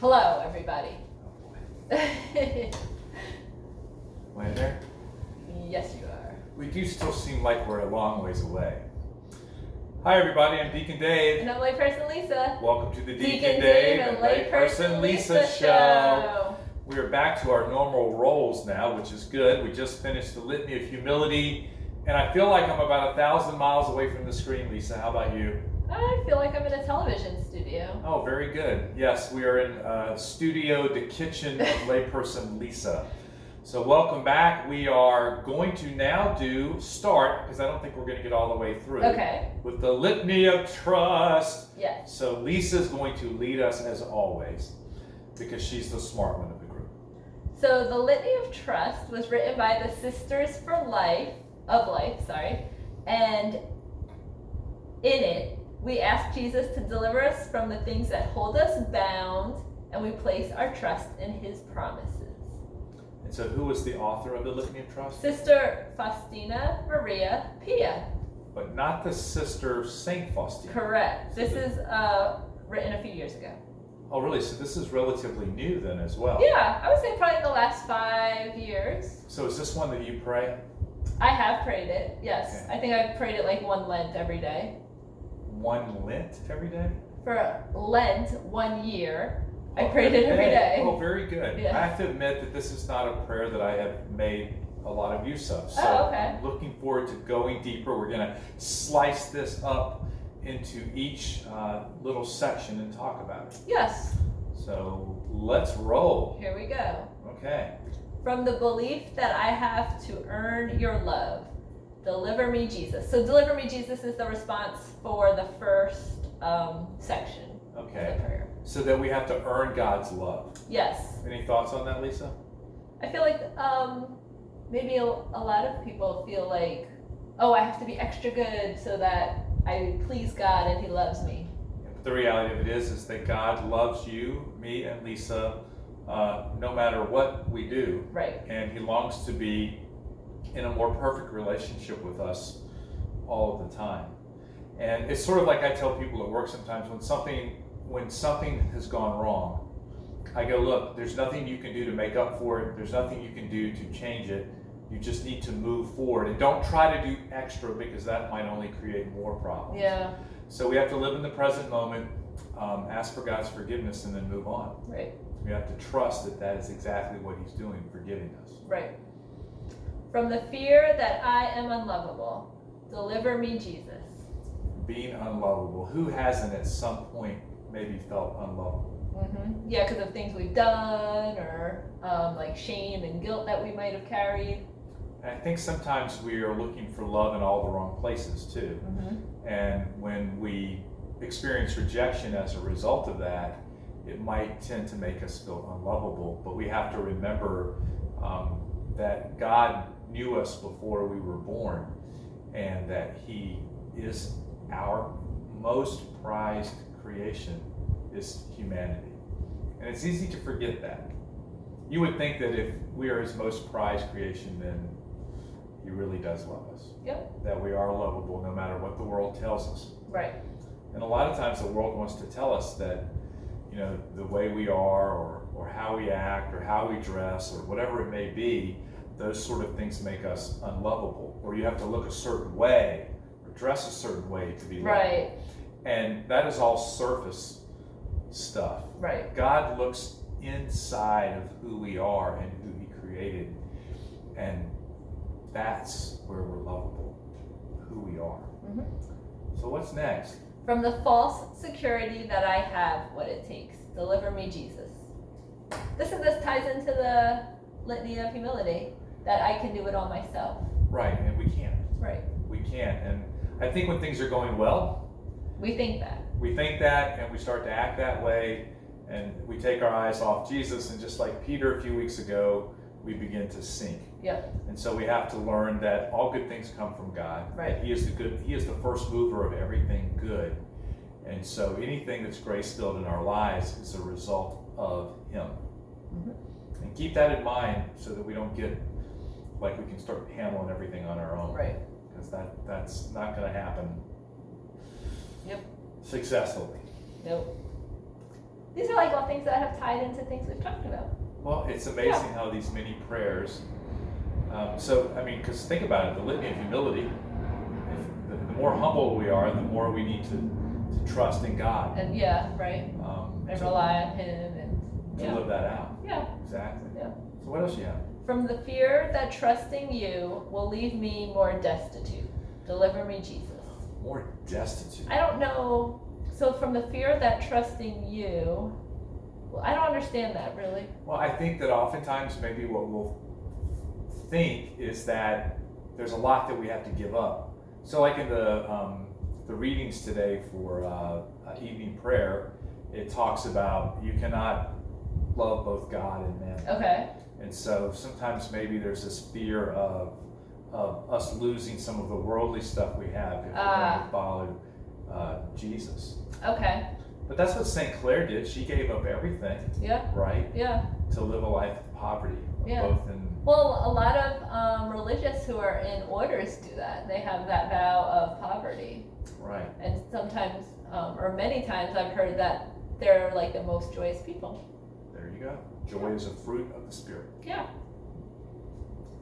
Hello, everybody. Land there? yes, you are. We do still seem like we're a long ways away. Hi, everybody. I'm Deacon Dave. And I'm layperson Lisa. Welcome to the Deacon, Dave and Layperson Lisa show. We are back to our normal roles now, which is good. We just finished the Litany of Humility, and I feel like I'm about a thousand miles away from the screen, Lisa. How about you? I feel like I'm in a television studio. Oh, very good. Yes, we are in uh, Studio the Kitchen of Layperson Lisa. So, welcome back. We are going to now do start because I don't think we're going to get all the way through Okay. with the litany of trust. Yes. So, Lisa's going to lead us as always because she's the smart one of the group. So the Litany of Trust was written by the Sisters for Life of Life, sorry, and in it we ask Jesus to deliver us from the things that hold us bound, and we place our trust in His promises. And so, who was the author of the litany of trust? Sister Faustina Maria Pia. But not the sister of Saint Faustina. Correct. This is uh, written a few years ago. Oh, really? So, this is relatively new then as well. Yeah, I would say probably the last five years. So, is this one that you pray I have prayed it. Yes, I think I've prayed it like one Lent every day. one Lent every day? for Lent one year. I prayed it every day. Oh, very good. Yeah. I have to admit that this is not a prayer that I have made a lot of use of. So Oh, okay. I'm looking forward to going deeper. We're going to slice this up into each uh, little section and talk about it. Yes, So let's roll. here we go. Okay. From the belief that I have to earn your love, deliver me, Jesus. So, deliver me, Jesus is the response for the first um, section of Okay. the prayer. So that we have to earn God's love. Yes, Any thoughts on that, Lisa? I feel like um, maybe a, a lot of people feel like, oh, I have to be extra good so that I please God and He loves me. But the reality of it is, is that God loves you, me, and Lisa, uh, no matter what we do. Right. and he longs to be in a more perfect relationship with us all of the time. And it's sort of like I tell people at work sometimes when something when something has gone wrong, I go, look, there's nothing you can do to make up for it. There's nothing you can do to change it. You just need to move forward and don't try to do extra because that might only create more problems. Yeah, So we have to live in the present moment, um, ask for God's forgiveness, and then move on. right. We have to trust that that is exactly what He's doing, forgiving us. Right. From the fear that I am unlovable, deliver me, Jesus. being unlovable. Who hasn't at some point maybe felt unlovable? Mm-hmm. Yeah, because of things we've done or um, like shame and guilt that we might have carried. And I think sometimes we are looking for love in all the wrong places too. Mm-hmm. And when we experience rejection as a result of that, it might tend to make us feel unlovable. But we have to remember um, that God knew us before we were born and that He is our most prized creation is humanity. And it's easy to forget that. You would think that if we are His most prized creation, then He really does love us Yep. that we are lovable no matter what the world tells us. Right. And a lot of times the world wants to tell us that, you know, the way we are or, or how we act or how we dress or whatever it may be, those sort of things make us unlovable. Or you have to look a certain way or dress a certain way to be loved. Right. And that is all surface stuff. Right. God looks inside of who we are and who He created, and that's where we're lovable, who we are. Mhm. So what's next? From the false security that I have what it takes, deliver me, Jesus. This is this ties into the litany of humility that I can do it all myself. Right, and we can't. Right. We can't. And I think when things are going well, We think that. we think that and we start to act that way, and we take our eyes off Jesus. And just like Peter a few weeks ago, we begin to sink. Yep. And so we have to learn that all good things come from God. that Right. He is the good. He is the first mover of everything good. And so anything that's grace filled in our lives is a result of Him. Mm-hmm. And keep that in mind so that we don't get like we can start handling everything on our own Right. because that that's not going to happen. Yep. Successfully. Nope. These are like all things that have tied into things we've talked about. Well, it's amazing how these many prayers. Um, so, I mean, because think about it the litany of humility. If, the, the more humble we are, the more we need to, to trust in God And yeah, right. um, And to, rely on Him and to yeah. live that out. Yeah. Exactly. Yeah. So, what else you have? From the fear that trusting you will leave me more destitute. Deliver me, Jesus. More destitute. I don't know. So, from the fear that trusting you, well, I don't understand that really. Well, I think that oftentimes maybe what we'll think is that there's a lot that we have to give up. So, like in the um, the readings today for uh, uh, evening prayer, it talks about you cannot love both God and man, Okay. and so sometimes maybe there's this fear of of us losing some of the worldly stuff we have if we Ah. don't follow uh, Jesus. Okay. But that's what Saint Clair did. She gave up everything, Yeah. right? Yeah. to live a life of poverty, Yeah. both in Well, a lot of um, religious who are in orders do that. They have that vow of poverty. right. And sometimes, um, or many times, I've heard that they're like the most joyous people. There you go. Joy is a fruit of the spirit. Yeah.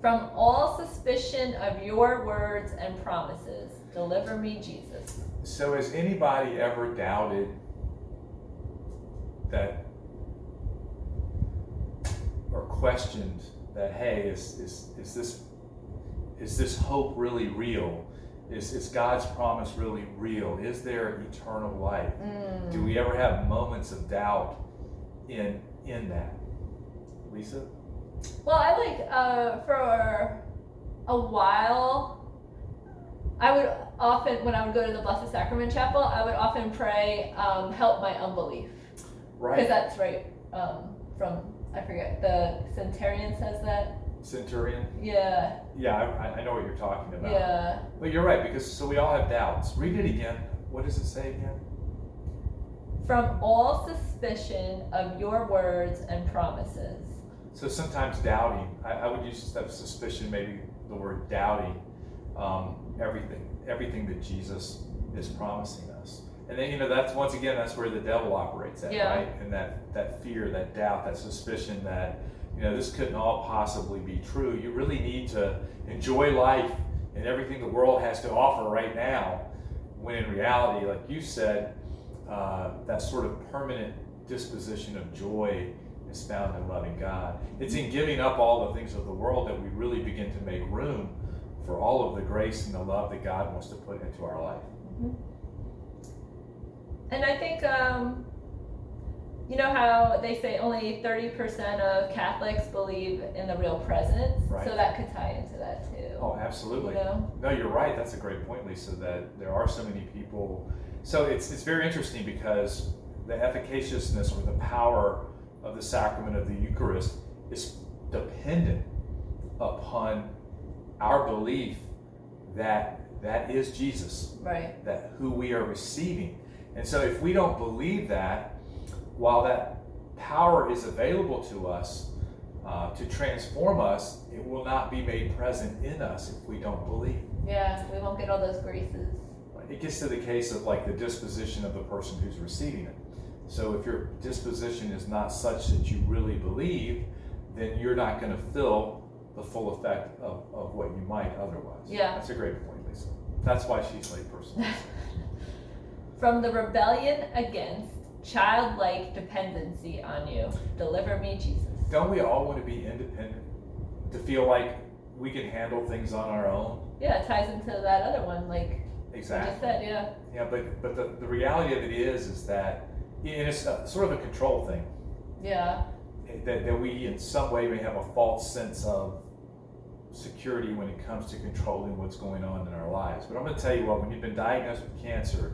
From all suspicion of your words and promises, deliver me, Jesus. So, has anybody ever doubted that or questioned that? Hey, is is is this is this hope really real? Is is God's promise really real? Is there eternal life? Do we ever have moments of doubt in in that? Lisa, Well, I like uh, for a while. I would often, when I would go to the Blessed Sacrament Chapel, I would often pray, um, "Help my unbelief," because right? that's right um, from I forget the centurion says that. Centurion. Yeah, Yeah, I, I know what you're talking about. yeah. But you're right because so we all have doubts. Read it again. What does it say again? From all suspicion of your words and promises. So sometimes doubting, I, I would use that suspicion, maybe the word doubting, um, everything, everything that Jesus is promising us. And then you know that's once again that's where the devil operates at, Yeah. right? And that that fear, that doubt, that suspicion that you know this couldn't all possibly be true. You really need to enjoy life and everything the world has to offer right now, when in reality, like you said, uh, that sort of permanent disposition of joy is found in loving God. It's in giving up all the things of the world that we really begin to make room for all of the grace and the love that God wants to put into our life. Hmm? And I think, um, you know how they say only 30% of Catholics believe in the real presence? Right. So that could tie into that too. Oh, you absolutely. know? No, you're right. That's a great point, Lisa, that there are so many people. So it's, it's very interesting because the efficaciousness or the power of the sacrament of the Eucharist is dependent upon our belief that that is Jesus. Right. that who we are receiving. And so if we don't believe that, while that power is available to us uh, to transform us, it will not be made present in us if we don't believe. Yeah, we won't get all those graces. It gets to the case of like the disposition of the person who's receiving it. So if your disposition is not such that you really believe, then you're not going to feel the full effect of, of what you might otherwise. Yeah. That's a great point, Lisa. That's why she's late person. From the rebellion against childlike dependency on you, deliver me, Jesus. don't we all want to be independent to feel like we can handle things on our own Yeah, it ties into that other one, like you just exactly said, yeah. yeah but but the, the reality of it is is that and it's a, sort of a control thing Yeah, that, that we in some way may have a false sense of security when it comes to controlling what's going on in our lives but i'm going to tell you what when you've been diagnosed with cancer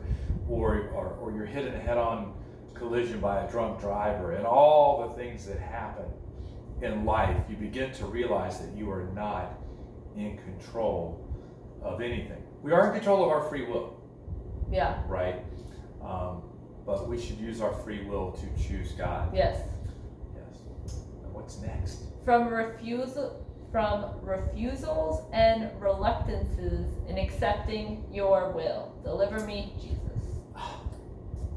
or or, or you're hit in a head-on collision by a drunk driver and all the things that happen in life you begin to realize that you are not in control of anything we are in control of our free will yeah, right um, but we should use our free will to choose god yes. Yes. Now what's next? from refusal from refusals and reluctances in accepting your will. Deliver me, Jesus.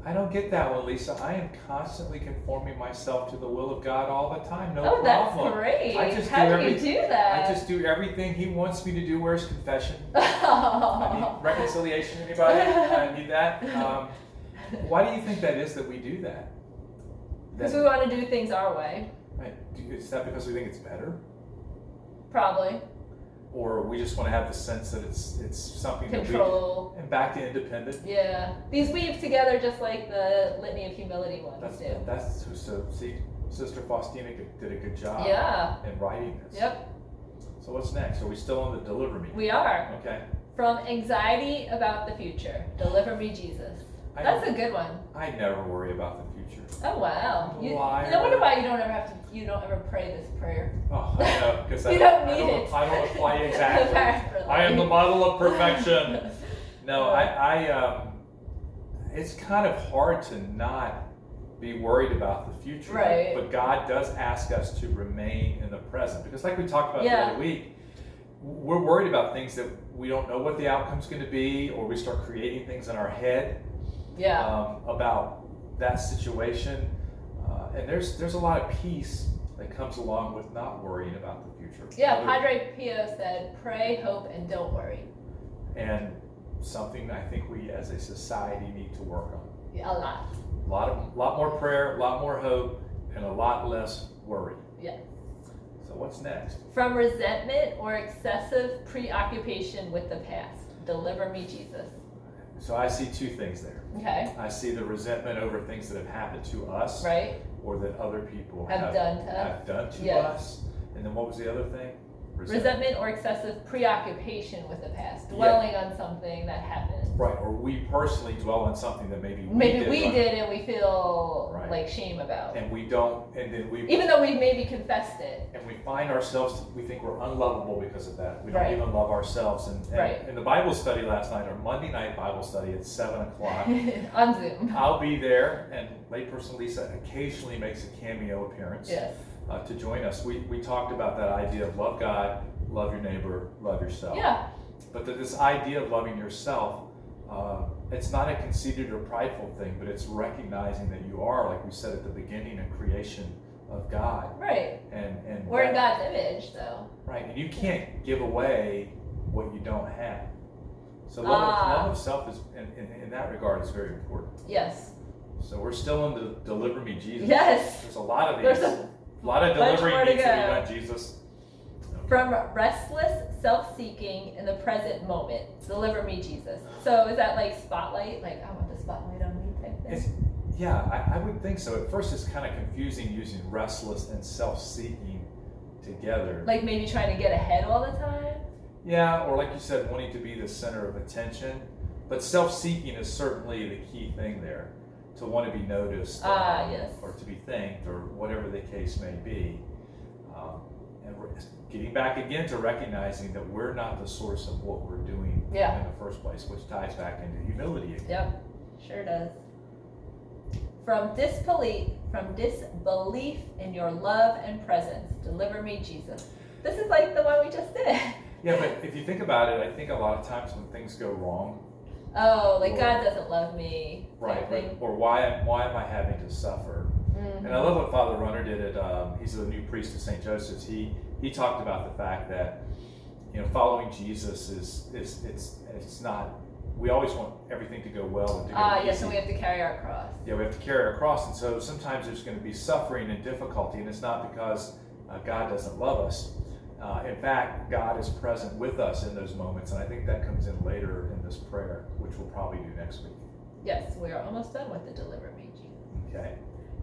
I don't get that one, Lisa. I am constantly conforming myself to the will of God all the time. No oh, that's problem. great. I just How do do every- you do that? I just do everything He wants me to do. Where's confession? I oh. need reconciliation. Anybody? I need that. Um, why do you think that is that we do that? Because we want to do things our way, Right. Do you- Is that because we think it's better, probably. or we just want to have the sense that it's it's something Control. that we and back to independent? Yeah. These weave together just like the Litany of Humility ones That's do. that's who. So see, Sister Faustina did- did a good job Yeah. in writing this. Yep. So what's next? Are we still on the deliver me? We are. Okay. From anxiety about the future. Deliver me, Jesus. I, That's a good one. I never worry about the future. Oh wow. You, Liar. no wonder why you don't ever have to you don't ever pray this prayer. Oh, I know because I You don't, don't I need don't, it. I don't apply exactly. Apparently. I am the model of perfection. No, I, I um, it's kind of hard to not be worried about the future. Right. But God does ask us to remain in the present because, like we talked about Yeah. the other week, we're worried about things that we don't know what the outcome's going to be, or we start creating things in our head yeah. um, about that situation. Uh, and there's there's a lot of peace that comes along with not worrying about the future. Yeah, Other- Padre Pio said, pray, hope, and don't worry. and something I think we as a society need to work on. Yeah, a lot. A lot of lot more prayer, a lot more hope, and a lot less worry. Yeah. So what's next? From resentment or excessive preoccupation with the past. Deliver me, Jesus. So I see two things there. Okay. I see the resentment over things that have happened to us Right? or that other people Have have, done to us. have done to Yeah. us. And then what was the other thing? Resentment or excessive preoccupation with the past. Yeah. Dwelling on something that happened. Right, or we personally dwell on something that maybe we Maybe did, we wrong, did and we feel Right. like shame about. and we don't and then we Even though we maybe confessed it. and we find ourselves we think we're unlovable because of that we don't Right. even love ourselves and, and Right. in the bible study last night our monday night bible study at 7 o'clock on Zoom. i'll be there and layperson lisa occasionally makes a cameo appearance Yes. uh, to join us we, we talked about that idea of love god love your neighbor love yourself Yeah. but that this idea of loving yourself uh, it's not a conceited or prideful thing but it's recognizing that you are like we said at the beginning a creation of god Right. and and We're in that- God's image, so. Right, and you can't give away what you don't have. So love, Ah. love of self is, in, in, in that regard, is very important. Yes. So we're still in the deliver me Jesus. Yes. There's a lot of There's these, a a lot of bunch delivering more to needs to be go. done, Jesus. From restless self seeking in the present moment. Deliver me, Jesus. So is that like spotlight? Like, I want the spotlight on me type thing? It's, yeah, I, I would think so. At first, it's kind of confusing using restless and self-seeking together. Like maybe trying to get ahead all the time? yeah, or like you said, wanting to be the center of attention. But self-seeking is certainly the key thing there. To want to be noticed, Ah, um, yes. or to be thanked, or whatever the case may be. Um, and we're getting back again to recognizing that we're not the source of what we're doing Yeah. in the first place, which ties back into humility. again. Yep, sure does. From disbelief, from disbelief in your love and presence, deliver me, Jesus. This is like the one we just did. Yeah, but if you think about it, I think a lot of times when things go wrong, Oh, like God doesn't love me. type right, thing. or why why am I having to suffer? Mhm. And I love what Father Runner did at, um, he's the new priest of St. Joseph's. He, he talked about the fact that, you know, following Jesus is, is it's, it's not, we always want everything to go well and to go Ah, easy. yes, and we have to carry our cross. yeah, we have to carry our cross. And so sometimes there's going to be suffering and difficulty, and it's not because uh, God doesn't love us. Uh, in fact, God is present with us in those moments, and I think that comes in later in this prayer, which we'll probably do next week. Yes, we are almost done with the deliver me, Jesus. Okay?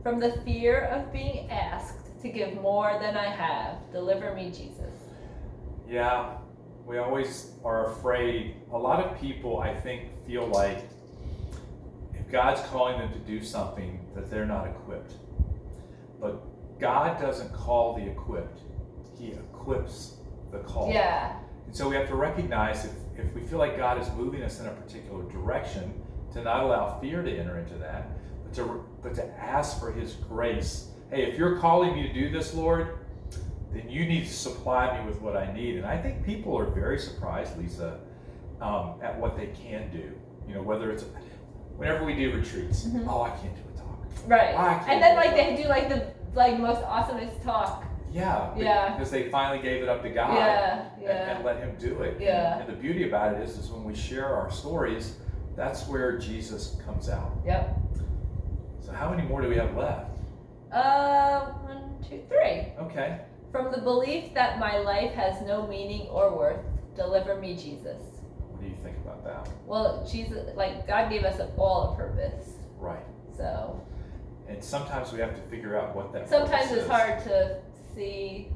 From the fear of being asked to give more than I have, deliver me, Jesus. Yeah, we always are afraid. A lot of people, I think, feel like if God's calling them to do something, that they're not equipped. But God doesn't call the equipped, He equips the called. Yeah, And so we have to recognize if, if we feel like God is moving us in a particular direction, to not allow fear to enter into that, but to, but to ask for His grace. Hey, if you're calling me to do this, Lord, then you need to supply me with what I need. And I think people are very surprised, Lisa, um, at what they can do. You know, whether it's whenever we do retreats, Mhm. oh, I can't do a talk. Right. I can't and then do a like talk. they do like the like most awesomest talk. Yeah, be- Yeah. because they finally gave it up to God yeah. and, Yeah. and let Him do it. Yeah. And the beauty about it is, is when we share our stories, that's where Jesus comes out. Yep. So how many more do we have left? Uh, one, two, three. Okay. From the belief that my life has no meaning or worth, deliver me, Jesus. What do you think about that? Well, Jesus, like God gave us all a purpose. Right. So And sometimes we have to figure out what that. sometimes purpose it's is. hard to see.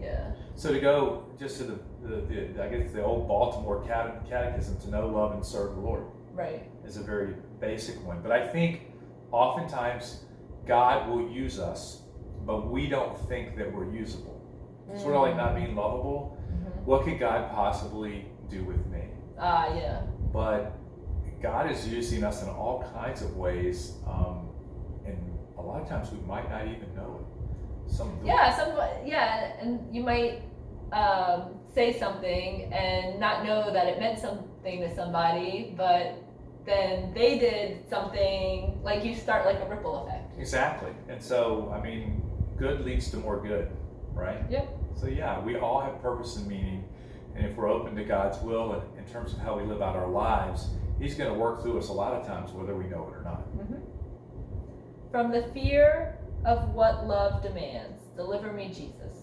Yeah. So to go just to the, the, the I guess the old Baltimore cate- catechism to know, love, and serve the Lord. Right. is a very basic one. But I think oftentimes God will use us, but we don't think that we're usable. Sort of like Mm. not being lovable. Mhm. What could God possibly do with me? Ah, yeah. But God is using us in all kinds of ways, um, and a lot of times we might not even know it. Some of the- Yeah, some yeah, and you might um, say something and not know that it meant something to somebody, but then they did something like you start like a ripple effect. Exactly. And so, I mean, good leads to more good, right? Yep. So, yeah, we all have purpose and meaning. And if we're open to God's will in, in terms of how we live out our lives, He's going to work through us a lot of times, whether we know it or not. From the fear of what love demands, deliver me, Jesus.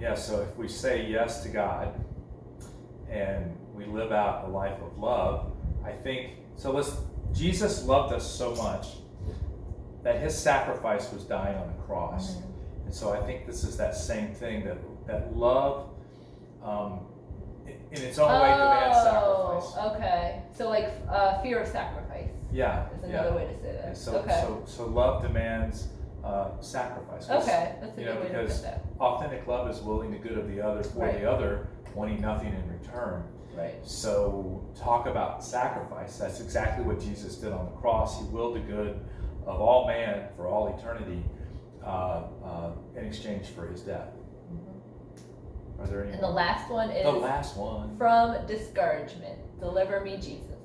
Yeah, so if we say yes to God and we live out a life of love, I think so. Let's, Jesus loved us so much that His sacrifice was dying on the cross. Mm-hmm. And so I think this is that same thing that that love, um, in in its own way, demands Oh, sacrifice. Oh, okay. So like uh, fear of sacrifice Yeah, is yeah. another way to say that. And so, okay. so, so love demands uh, sacrifice. 'Cause okay, that's a you good know, way to because- put that. Authentic love is willing the good of the other for Right. the other, wanting nothing in return. Right. So talk about sacrifice. That's exactly what Jesus did on the cross. He willed the good of all man for all eternity uh, uh, in exchange for His death. Are there any? And the last one is the last one. From discouragement, deliver me, Jesus.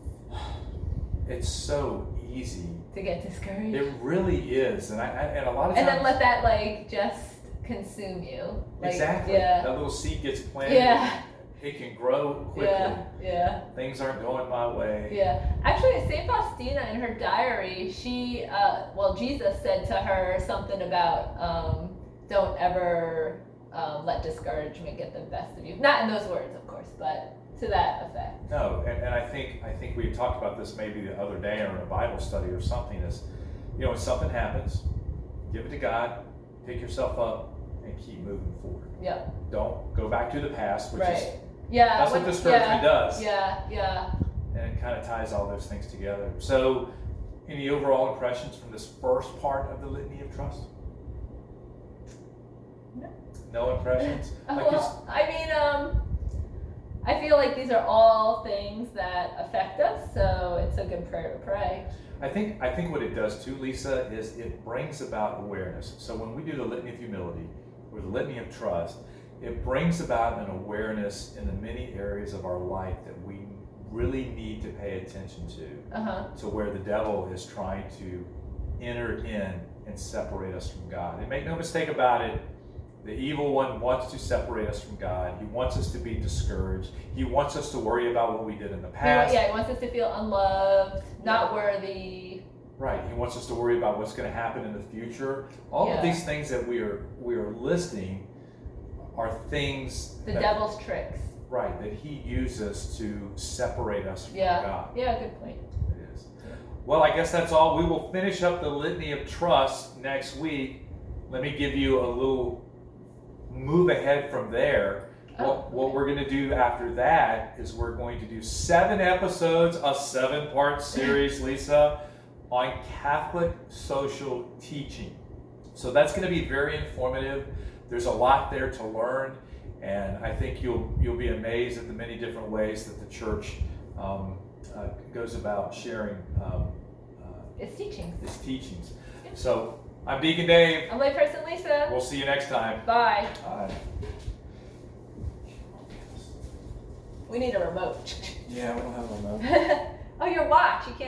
It's so easy. To get discouraged. It really is, and I, I and a lot of and then times let that like just consume you. Like, exactly Yeah. that little seed gets planted. Yeah. It can grow quickly. Yeah. Yeah. Things aren't going my way. Yeah. Actually, Saint Faustina in her diary, she uh, well, Jesus said to her something about um, don't ever um, let discouragement get the best of you. Not in those words, of course, but to that effect. No, and, and I think I think we talked about this maybe the other day or in a Bible study or something. Is you know when something happens, give it to God, pick yourself up, and keep moving forward. Yep. Don't go back to the past, which is right. yeah. that's what when- discouragement yeah. does. Yeah. Yeah. and it kind of ties all those things together. So, any overall impressions from this first part of the litany of trust? No. No impressions. Like it's- Well, I mean, um, I feel like these are all things that affect us, so it's a good prayer to pray. I think I think what it does too, Lisa, is it brings about awareness. So when we do the litany of humility or the litany of trust, it brings about an awareness in the many areas of our life that we really need to pay attention to. Uh huh. to where the devil is trying to enter in and separate us from God. And make no mistake about it, the evil one wants to separate us from God. He wants us to be discouraged. He wants us to worry about what we did in the past. Yeah, it wants us to feel unloved, not worthy. Right. He wants us to worry about what's going to happen in the future. All Yeah. of these things that we are we are listing are things The that, devil's tricks. right that he uses to separate us from Yeah. God. Yeah, good point. It is. Well, I guess that's all. We will finish up the litany of trust next week. Let me give you a little move ahead from there. What, Oh. what we're going to do after that is we're going to do seven episodes, a seven part series, Lisa, on Catholic social teaching. So that's going to be very informative. There's a lot there to learn, and I think you'll you'll be amazed at the many different ways that the church um, uh, goes about sharing um, uh, It's teaching. its teachings. So I'm Deacon Dave. I'm layperson Lisa. We'll see you next time. Bye. Bye. We need a remote. Yeah, we don't have one oh, your watch. You can't.